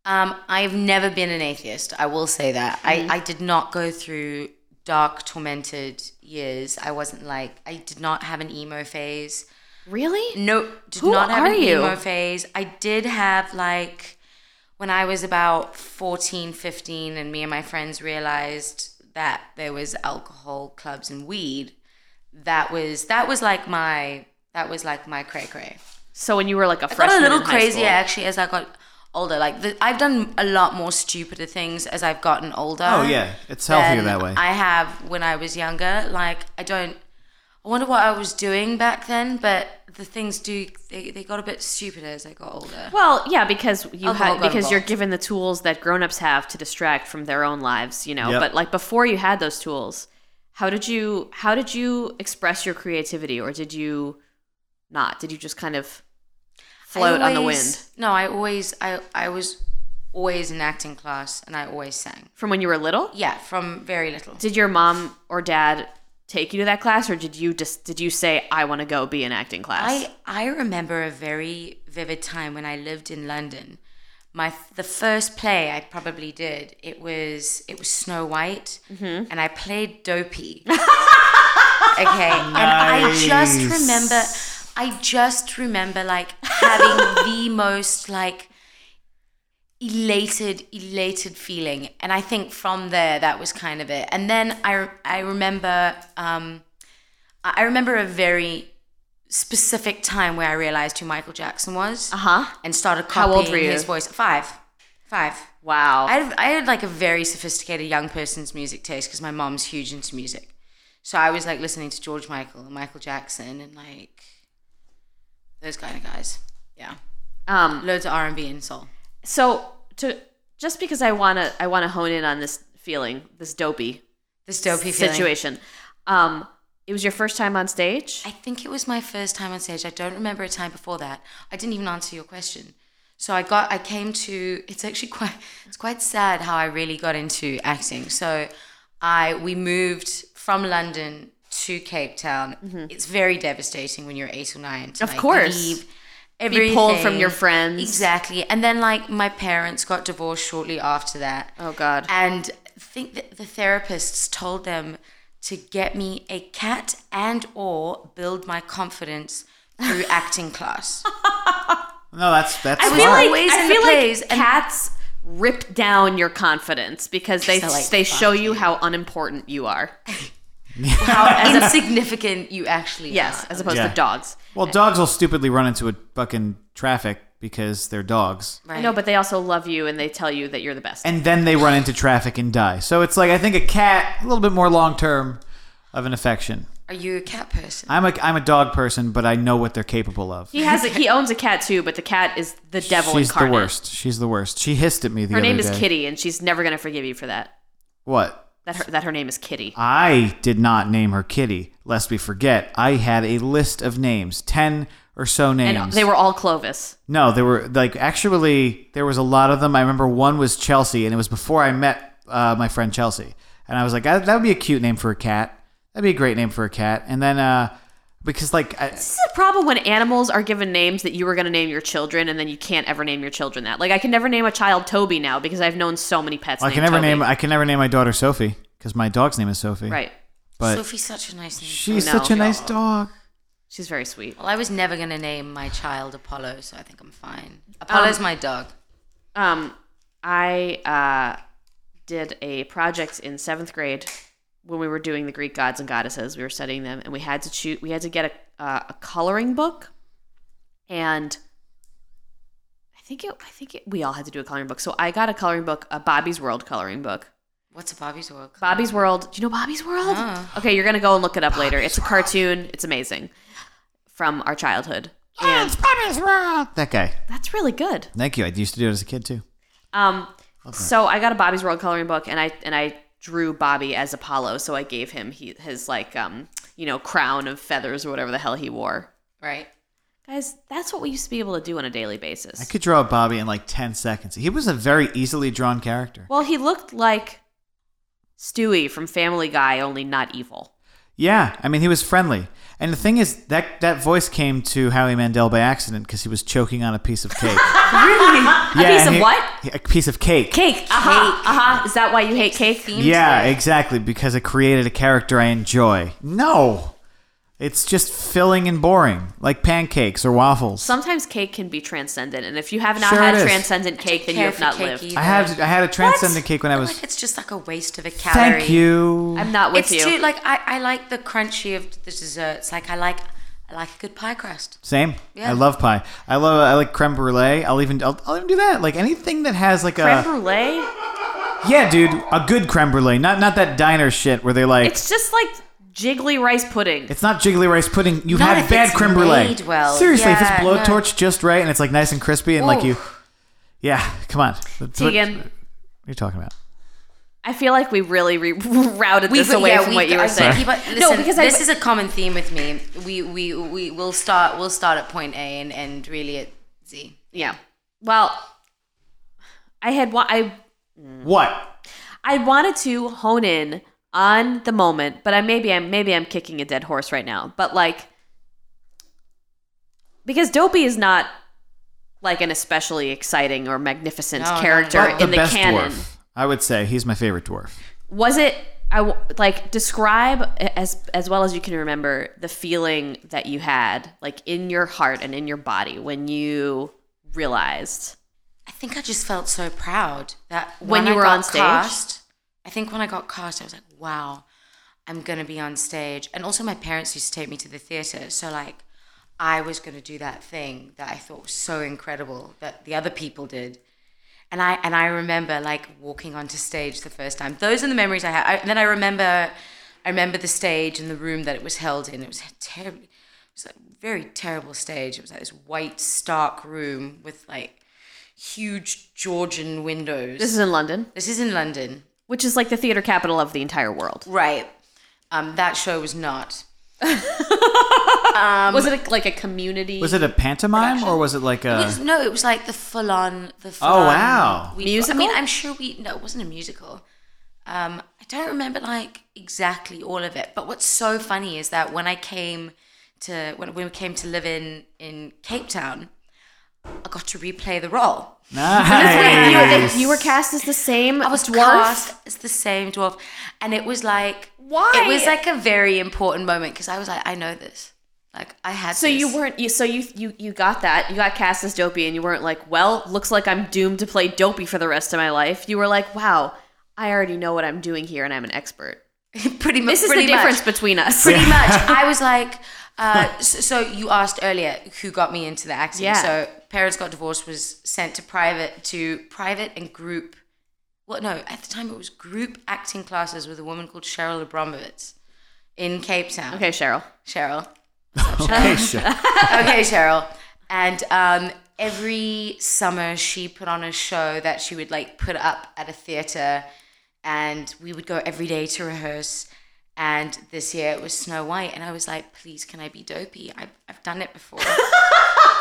Um, I've never been an atheist. I will say that. I, I did not go through dark, tormented years. I wasn't like, I did not have an emo phase. Really? No, did Who not have are an you? emo phase. I did have like, when I was about 14, 15, and me and my friends realized that there was alcohol, clubs, and weed. That was, that was like my, that was like my cray cray. So when you were like a I freshman, got a little in high crazier school- actually as I got older. Like the, I've done a lot more stupider things as I've gotten older. Oh yeah, it's healthier than that way. I have when I was younger. Like I don't. I wonder what I was doing back then, but the things do they, they got a bit stupider as I got older. Well, yeah, because you Alcohol had got because you're involved. given the tools that grown-ups have to distract from their own lives, you know. Yep. But like before you had those tools, how did you how did you express your creativity or did you not? Did you just kind of float I on the always- wind No, I always I I was always in acting class and I always sang. from when you were little? Yeah, from very little. Did your mom or dad take you to that class or did you just did you say I want to go be an acting class? I I remember a very vivid time when I lived in London. My the first play I probably did it was it was Snow White, and I played Dopey. okay, and I just Nice. remember, I just remember like having the most like elated elated feeling and i think from there that was kind of it and then i i remember um i I remember a very specific time where I realized who Michael Jackson was uh-huh. and started How copying old were you? Oh. his voice. Five. Five. Wow. I had, I had like a very sophisticated young person's music taste because my mom's huge into music. So I was like listening to George Michael and Michael Jackson and like those kind of guys. Yeah. um Loads of R&B and soul. so to just because I want to I want to hone in on this feeling, this dopey This dopey feeling. situation. Um, it was your first time on stage. I think it was my first time on stage. I don't remember a time before that. I didn't even answer your question. So I got I came to it's actually quite it's quite sad how I really got into acting. So I we moved from London to Cape Town. It's very devastating when you're 8 or 9 to Mm-hmm. Of like, course. leave Be pulled from your everything. friends. Exactly. And then like my parents got divorced shortly after that. Oh God. And I think that the therapists told them to get me a cat and or build my confidence through acting class. no, that's that's. I I feel why. like, Always I in the feel plays, like and- cats rip down your confidence because they They're like, they "Fuck show you how unimportant you are. How insignificant you actually Oh, Yes, are. as opposed Yeah. to dogs. well, dogs will stupidly run into a fucking traffic because they're dogs. Right. I know, but they also love you and they tell you that you're the best. and then they run into traffic and die. So it's like I think a cat a little bit more long term of an affection. Are you a cat person? I'm a I'm a dog person, but I know what they're capable of. he has a, he owns a cat too, but the cat is the devil She's incarnate. the worst. She's the worst. She hissed at me the Her other name is day. Kitty, and she's never gonna forgive you for that. What? That her, that her name is Kitty. I did not name her Kitty. Lest we forget, I had a list of names, ten or so names. And they were all Clovis. No, there were like actually there was a lot of them. I remember one was Chelsea, and it was before I met uh, my friend Chelsea, and I was like, that that would be a cute name for a cat. That'd be a great name for a cat. And then uh, because like I, This is a problem when animals are given names that you were gonna name your children, and then you can't ever name your children that. Like I can never name a child Toby now because I've known so many pets. I named can never Toby. name I can never name my daughter Sophie because my dog's name is Sophie. Right. but- Sophie's such a nice name. She's No. such a nice dog. She's very sweet. Well, I was never gonna name my child Apollo, so I think I'm fine. Apollo's my dog. Um, I uh, did a project in seventh grade when we were doing the Greek gods and goddesses. We were studying them, and we had to choose. We had to get a uh, a coloring book, and I think it. I think it, we all had to do a coloring book. So I got a coloring book, a Bobby's World coloring book. What's a Bobby's world? called? Bobby's World. Do you know Bobby's World? No. Okay, you're gonna go and look it up later. It's a cartoon. It's amazing from our childhood. Ah, And That guy. that's really good. Thank you. I used to do it as a kid too. Um, so I got a Bobby's World coloring book, and I and I drew Bobby as Apollo. So I gave him he, his like um you know crown of feathers or whatever the hell he wore. Right. Guys, that's what we used to be able to do on a daily basis. I could draw Bobby in like ten seconds. He was a very easily drawn character. well, he looked like Stewie from Family Guy, only not evil. Yeah, I mean he was friendly. And the thing is that that voice came to Howie Mandel by accident because he was choking on a piece of cake. Really? yeah, a piece and of he- what? A piece of cake. Cake. Uh-huh. Uh-huh. Is that why you hate cake? Themed Yeah, life. exactly. Because it created a character I enjoy. No, it's just filling and boring, like pancakes or waffles. Sometimes cake can be transcendent, and if you have not Sure had it is. transcendent cake, then you care have for not cake lived. either. I had I had a transcendent What? cake when I feel was. like it's just like a waste of a calorie. Thank you. I'm not with it's you. too like I, I like the crunchy of the desserts. Like I like I like a good pie crust. Same. Yeah. I love pie. I love. I like creme brulee. I'll even. I'll, I'll even do that. Like anything that has like Creme a. brulee. Yeah, dude. A good creme brulee. Not not that diner shit where they like. It's, It's just like jiggly rice pudding. not jiggly rice pudding. You Not have if bad it's creme brulee. made well. Seriously, if it's Yeah, no. blowtorch just right and it's like nice and crispy and like you. Oof. Yeah, come on. That's what- Tegan, What are you talking about? I feel like we really re- routed this We've- away yeah, from we've- what you I were saying. keep on- listen, no, because I, this is a common theme with me. We we we will start we'll start at point A and end really at Z. yeah. Well, I had wa- I What? I wanted to hone in on the moment, but I maybe I'm maybe I'm kicking a dead horse right now. But like because Dopey is not like an especially exciting or magnificent No, not at character all. But the in the, best canon. dwarf. I would say he's my favorite dwarf. was it i w- like describe as as well as you can remember the feeling that you had like in your heart and in your body when you realized I think I just felt so proud that When you I were got on stage? cast- I think when I got cast, I was like, wow, I'm gonna be on stage. And also, my parents used to take me to the theater, so like, I was gonna do that thing that I thought was so incredible that the other people did. And I and I remember like walking onto stage the first time. Those are the memories I have. I, then I remember, I remember the stage and the room that it was held in. It was terribly, it was a very terrible stage. It was like this white, stark room with like huge Georgian windows. this is in london This is in London. which is like the theater capital of the entire world Right. Um, that show was not. Um, was it a, like a community Was it a pantomime or was it like It a? was, no, it was like the full on. The full wow. Musical? I mean, I'm sure we. No, it wasn't a musical. Um, I don't remember like exactly all of it. But what's so funny is that when I came to when, when we came to live in in Cape Town, I got to replay the role. you, Nice. you were cast as the same I was dwarf cast as the same dwarf, and it was like Why? It was like a very important moment because I was like, I know this. Like I had. so you this. weren't you so you, you you got that you got cast as dopey and you weren't like well looks like i'm doomed to play dopey for the rest of my life you were like wow i already know what i'm doing here and i'm an expert pretty much. this is the pretty much. difference between us pretty much. I was like, Uh, s- so you asked earlier who got me into the acting. Yeah. So parents got divorced was sent to private to private and group. Well, no, at the time it was group acting classes with a woman called Cheryl Abramovitz in Cape Town. Okay, Cheryl. Cheryl. Okay, sure. okay, Cheryl. And um, every summer she put on a show that she would like put up at a theater, and we would go every day to rehearse. And this year it was Snow White, and I was like, please, can I be dopey? I've, I've done it before.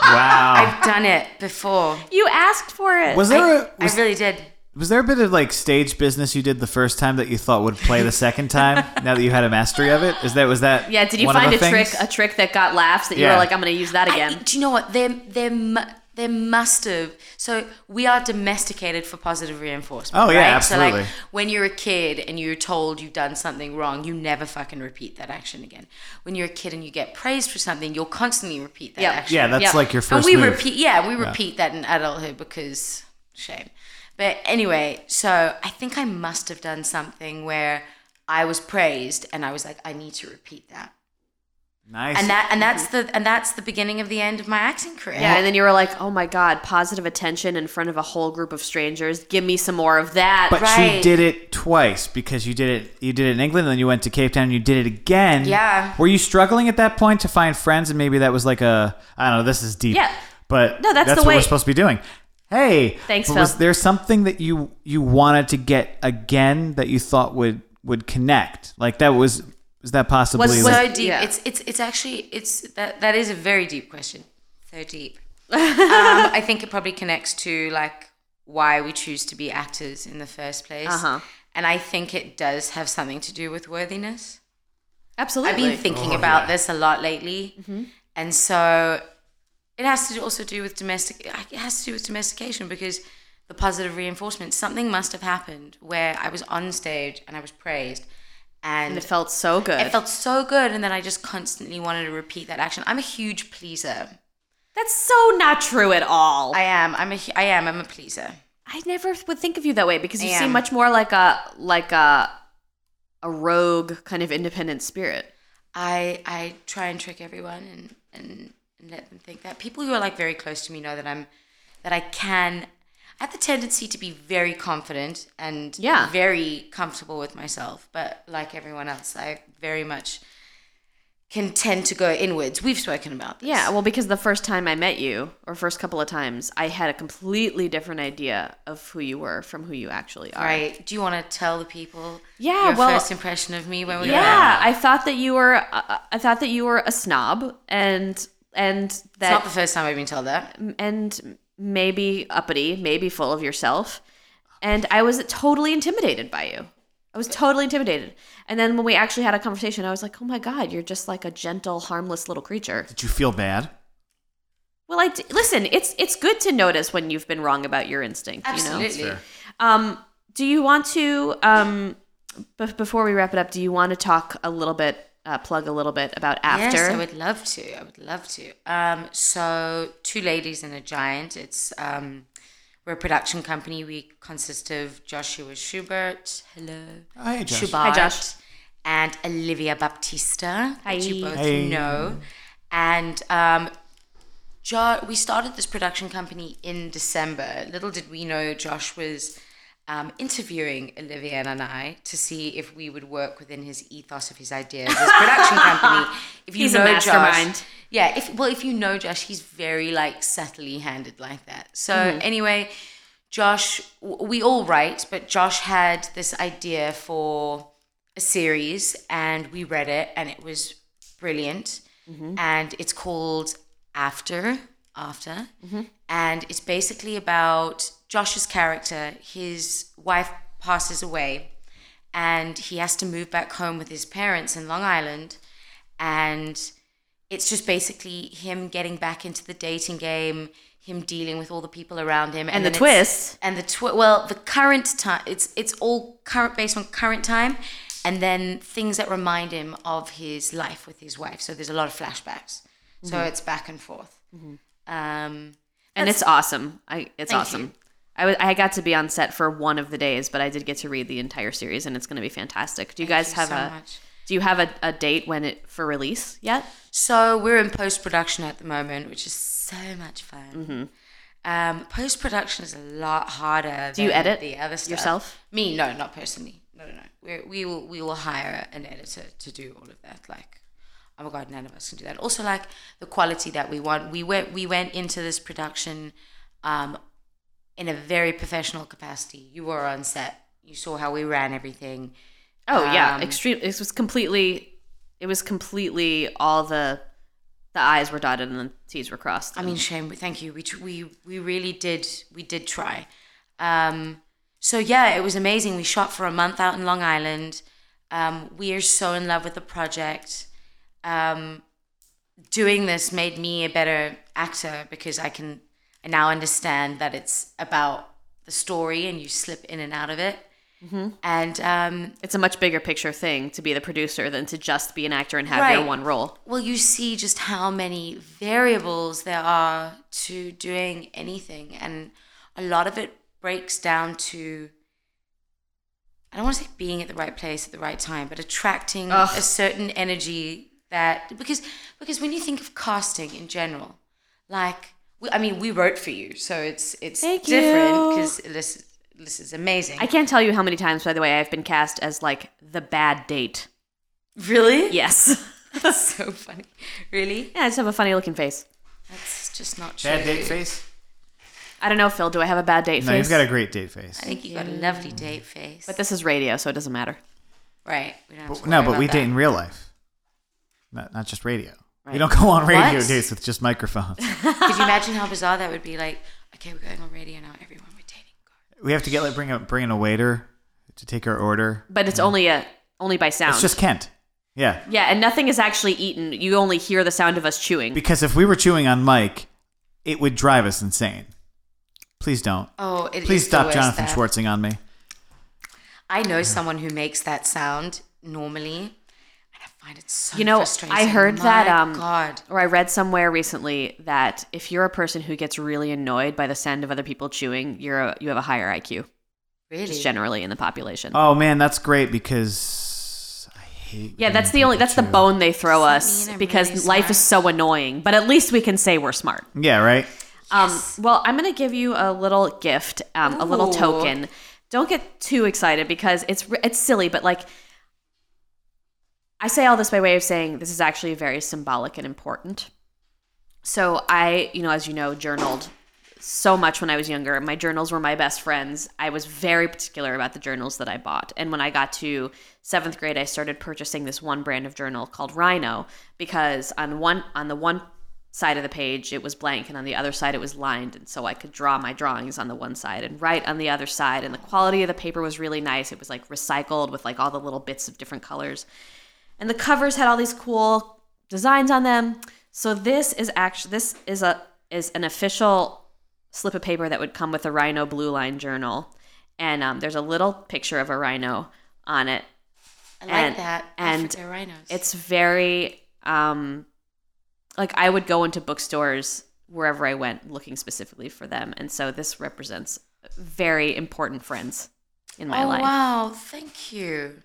Wow. I've done it before. You asked for it. Was there a I was, really did. was there a bit of like stage business you did the first time that you thought would play the second time? now that you had a mastery of it, is that was that? yeah, did you one of find a the trick things? a trick that got laughs that you Yeah. were like, I'm gonna use that I- again? do you know what? There, there, mu- there must have. So we are domesticated for positive reinforcement. Oh, yeah, right? So absolutely. like when you're a kid and you're told you've done something wrong, you never fucking repeat that action again. When you're a kid and you get praised for something, you'll constantly repeat that Yeah. action. yeah, that's Yeah. like your And first we move. repeat, yeah, we repeat that in adulthood because shame. But anyway, so I think I must have done something where I was praised and I was like, I need to repeat that. nice. And that and that's the and that's the beginning of the end of my acting career. yeah, and then you were like, "Oh my god, positive attention in front of a whole group of strangers. Give me some more of that." but she right. did it twice because you did it. You did it in England, and then you went to Cape Town, and you did it again. Yeah. Were you struggling at that point to find friends, and maybe that was like a I don't know. This is deep. Yeah. But No, that's the what we're way- supposed to be doing. Hey. Thanks, but Phil. Was there something that you you wanted to get again that you thought would would connect? Like that was was that possibly Was- like, so deep. Yeah. It's it's it's actually it's that that is a very deep question. So deep. um, I think it probably connects to like why we choose to be actors in the first place. Uh-huh. And I think it does have something to do with worthiness. Absolutely. Mm-hmm. I've been thinking about this a lot lately, and so it has to also do with domestic. It has to do with domestication because the positive reinforcement. Something must have happened where I was on stage and I was praised, and, and it felt so good. it felt so good, and then I just constantly wanted to repeat that action. I'm a huge pleaser. That's so not true at all. I am. I'm a. hu- I am. I'm a pleaser. I never would think of you that way because you Yeah. seem much more like a like a a rogue kind of independent spirit. I I try and trick everyone and and, and let them think that people who are like very close to me know that I'm that I can. I have the tendency to be very confident and Yeah. very comfortable with myself, but like everyone else, I very much can tend to go inwards. We've spoken about this. Yeah, well, because the first time I met you, or first couple of times, I had a completely different idea of who you were from who you actually are. Right. Do you want to tell the people Yeah, your well- first impression of me when we Yeah, were I thought that you were. Uh, I thought that you were a snob, and and It's not the that first time I've been told that. and maybe uppity, maybe full of yourself. And I was totally intimidated by you. I was totally intimidated. And then when we actually had a conversation, I was like, "Oh my god, you're just like a gentle, harmless little creature." Did you feel bad? Well, I d- listen. It's it's good to notice when you've been wrong about your instinct. You know. Absolutely. Um, do you want to, um, b- before we wrap it up, do you want to talk a little bit, uh, plug a little bit about after? Yes, I would love to. I would love to. Um, so, Two Ladies and a Giant. It's um, we're a production company. We consist of Joshua Schubert. Hello. Oh, hey, Josh. Hi, Schubert. Josh. And Olivia Baptista, Hi. which you both Hey. know. And um, Jo- we started this production company in December. Little did we know Josh was um, interviewing Olivia and I to see if we would work within his ethos of his idea of his production company. If you He's a know mastermind. Josh, yeah. If well, if you know Josh, he's very like subtly handed like that. So anyway, Josh, w- we all write, but Josh had this idea for a series, and we read it, and it was brilliant. And it's called After After, and it's basically about Josh's character. His wife passes away, and he has to move back home with his parents in Long Island, and it's just basically him getting back into the dating game, him dealing with all the people around him, And the then it's- twists. and the twi- well, the current time. It's it's all current based on current time, and then things that remind him of his life with his wife. So there's a lot of flashbacks. So Mm-hmm. it's back and forth. Um, and it's awesome. I it's Thank you. awesome. I wa- I got to be on set for one of the days, but I did get to read the entire series, and it's going to be fantastic. Do you guys you have so a much. Do Do you have a, a date when it for release yet? So we're in post production at the moment, which is so much Mm-hmm. fun. Um, post production is a lot harder. Do you than edit the other stuff. yourself? Me, no, not personally. No, no, no. We're, we will we will hire an editor to do all of that. Like, oh my god, none of us can do that. Also, like the quality that we want. We went we went into this production um, in a very professional capacity. You were on set. You saw how we ran everything. Oh yeah, Um, extreme. It was completely. It was completely all the the I's were dotted and the T's were crossed. I mean, shame. but Thank you. We tr- we we really did. We did try. Um, so yeah, it was amazing. We shot for a month out in Long Island. Um, we are so in love with the project. Um, doing this made me a better actor because I can I now understand that it's about the story and you slip in and out of it. And um, it's a much bigger picture thing to be the producer than to just be an actor and have your Right. one role. well, you see just how many variables there are to doing anything. And a lot of it breaks down to, I don't want to say being at the right place at the right time, but attracting Ugh. a certain energy that, because, because when you think of casting in general, like, we, I mean, we wrote for you, so it's, it's Thank different you. because this, this is amazing. I can't tell you how many times, by the way, I've been cast as like the bad date. really? Yes. That's so funny. Really? yeah, I just have a funny looking face. That's just not true. Bad date face? I don't know, Phil. Do I have a bad date No, face? you've got a great date face. I think you got a lovely date face. But this is radio, so it doesn't matter. right. We don't have to But- no, worry but we about date that. in real life, not, not just radio. Right. We don't go on radio What? dates with just microphones. Could you imagine how bizarre that would be? Like, okay, we're going on radio now. Everyone we're dating. we have to get like bring a bring in a waiter to take our order. But it's only a only by sound. It's just Kent. Yeah, yeah, and nothing is actually eaten. You only hear the sound of us chewing. because if we were chewing on mic, it would drive us insane. Please don't. Oh, it is Please the stop worst, Jonathan that. Schwartzing on me. I know someone who makes that sound normally, and I find it so you know, frustrating. I heard My that um God, or I read somewhere recently that if you're a person who gets really annoyed by the sound of other people chewing, you're a, you have a higher IQ really? just generally in the population. Oh man, that's great because I hate. yeah, when that's the only people that's the chew. bone they throw Does that us mean I'm because really life is so smart? annoying, but at least we can say we're smart. Yeah, right. Um, well, I'm going to give you a little gift, um, a little Ooh. token. Don't get too excited because it's it's silly, but like I say all this by way of saying this is actually very symbolic and important. So I, you know, as you know, journaled so much when I was younger. My journals were my best friends. I was very particular about the journals that I bought. And when I got to seventh grade, I started purchasing this one brand of journal called Rhino because on one on the one side of the page it was blank and on the other side it was lined and so I could draw my drawings on the one side and write on the other side and the quality of the paper was really nice. It was like recycled with like all the little bits of different colors and the covers had all these cool designs on them. So this is actually this is a is an official slip of paper that would come with a Rhino Blue Line journal, and um, there's a little picture of a rhino on it. I like and- that. and Africa rhinos. It's very um, like I would go into bookstores wherever I went looking specifically for them, and so this represents very important friends in my oh life. wow, thank you.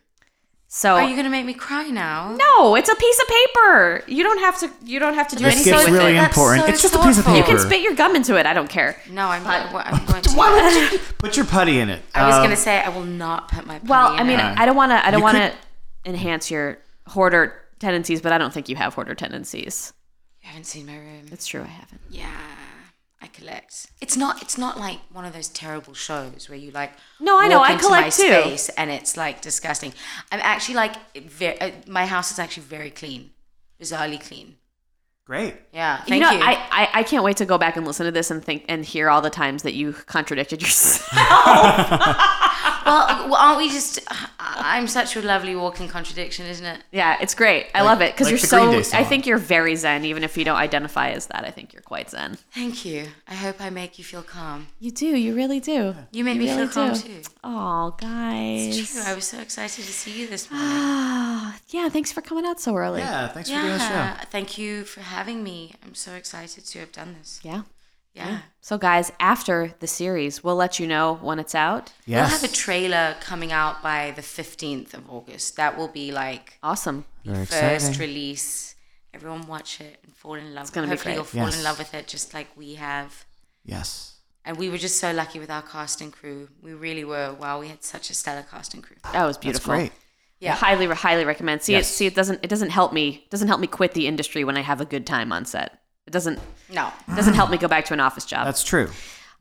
So Are you gonna make me cry now? no, it's a piece of paper. You don't have to. You don't have to do This anything gets with really it. That's important. so it's just a piece of thoughtful. paper. You You can spit your gum into it. I don't care. No, I'm. I'm going to. Why would you put your putty in it? I was Um, gonna say I will not put my. Well, pony I in mean, uh, it. Right. I don't want to. I don't You want to enhance your hoarder tendencies, but I don't think you have hoarder tendencies. you haven't seen my room. It's true, I haven't. Yeah, I collect. It's not. It's not like one of those terrible shows where you like. No, I know, walk I into collect my too. Space and it's like disgusting. I'm actually like very. Uh, my house is actually very clean, bizarrely clean. Great. Yeah, you thank know, you. I, I I can't wait to go back and listen to this and think and hear all the times that you contradicted yourself. well, well, aren't we just? I'm such a lovely walking contradiction, isn't it? yeah, it's great. I love it because like you're the Green so. Day I song. think you're very zen, even if you don't identify as that. I think you're quite zen. Thank you. I hope I make you feel calm. You do. You really do. You make me really feel calm do. too. Oh, It's true. guys. I was so excited to see you this morning. Ah, yeah. Thanks for coming out so early. Yeah. Thanks for doing the show. yeah. Thank you for having me. I'm so excited to have done this. Yeah. Yeah. So, guys, after the series, we'll let you know when it's out. Yes. We'll have a trailer coming out by the 15th of August. That will be like Awesome. the Very first exciting. release. Everyone watch it and fall in love. It's gonna be Hopefully great. you'll fall Yes. in love with it just like we have. yes. And we were just so lucky with our cast and crew. We really were. Wow, we had such a stellar cast and crew. That was That's beautiful. great. Yeah. Highly, highly recommend. See Yes. it. See it doesn't. It doesn't help me. Doesn't help me quit the industry when I have a good time on set. It doesn't. No. Doesn't help me go back to an office job. That's true.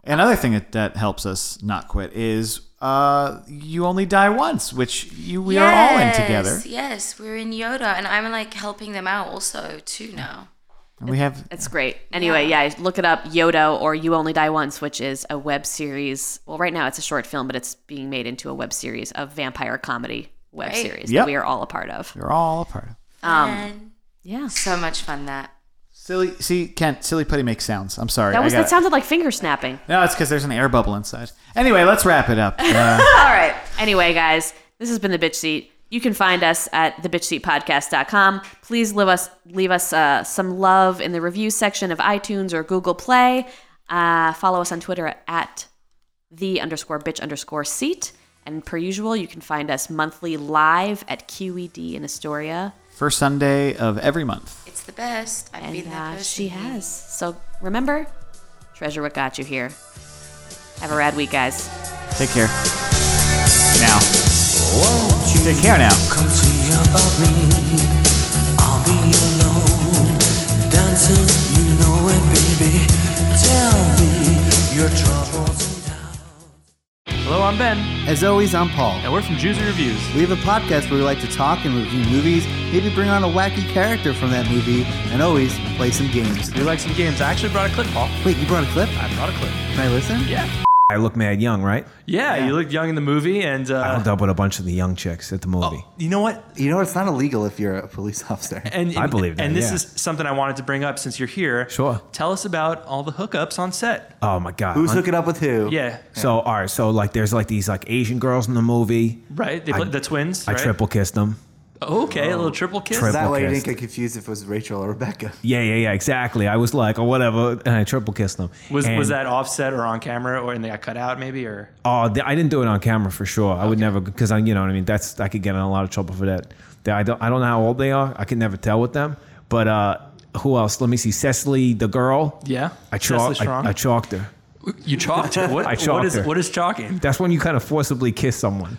Another thing that, that helps us not quit is uh, you only die once, which you we are all in together. Yes, Yes, we're in Yoda, and I'm like helping them out also too now. And we have It's great. Anyway, yeah. Yeah. look it up, Yodo or You Only Die Once, which is a web series. Well, right now it's a short film, but it's being made into a web series, a vampire comedy web Great. series Yep. that we are all a part of. you're all a part of. Fun. Yeah. so much fun that. Silly, see, Kent, silly putty makes sounds. I'm sorry. That I was gotta- that sounded like finger snapping. No, it's because there's an air bubble inside. Anyway, let's wrap it up. Uh, all right. Anyway, guys, this has been the bitch seat. You can find us at thebitchseatpodcast.com. Please leave us leave us uh, some love in the review section of iTunes or Google Play. Uh, follow us on Twitter at the underscore bitch underscore seat. And per usual, you can find us monthly live at QED in Astoria. first Sunday of every month. It's the best. I've And been that uh, person. she has. So remember, treasure what got you here. Have a rad week, guys. Take care. Now. Take care now. Come see about me. I'll be alone. Dancers, you know it, baby. Tell me your troubles and doubts. Hello, I'm Ben, As always, I'm Paul. and we're from Jews Who Reviews. We have a podcast where we like to talk and review movies, maybe bring on a wacky character from that movie, and always play some games. We like some games. I actually brought a clip, Paul. Wait, you brought a clip? I brought a clip. Can I listen? Yeah. I look mad young, right? Yeah, you looked young in the movie, and I uh, Oh, hooked up with a bunch of the young chicks at the movie. you know what? You know, it's not illegal if you're a police officer. And I believe that, And this yeah. is something I wanted to bring up since you're here. Sure. Tell us about all the hookups on set. Oh, my god! Who's On- hooking up with who? Yeah. So all right, so like there's like these like Asian girls in the movie. Right. They I- played the twins. I right? triple kissed them. Okay, a little triple kiss. Triple. That way you Podcast. didn't get confused if it was Rachel or Rebecca. Yeah, yeah, yeah. Exactly. I was like, oh whatever, and I triple kissed them. Was And- was that offset or on camera, or and they got cut out maybe, or Oh, th- I didn't do it on camera for sure. I would never because I, you know, what I mean, that's I could get in a lot of trouble for that. That I don't, I don't know how old they are. I can never tell with them. But uh who else? Let me see. Cecily, the girl. yeah? I Cecily chalked. Strong? I, I chalked her. you chalked. her. What, I what chalked is her. what is chalking? That's when you kind of forcibly kiss someone.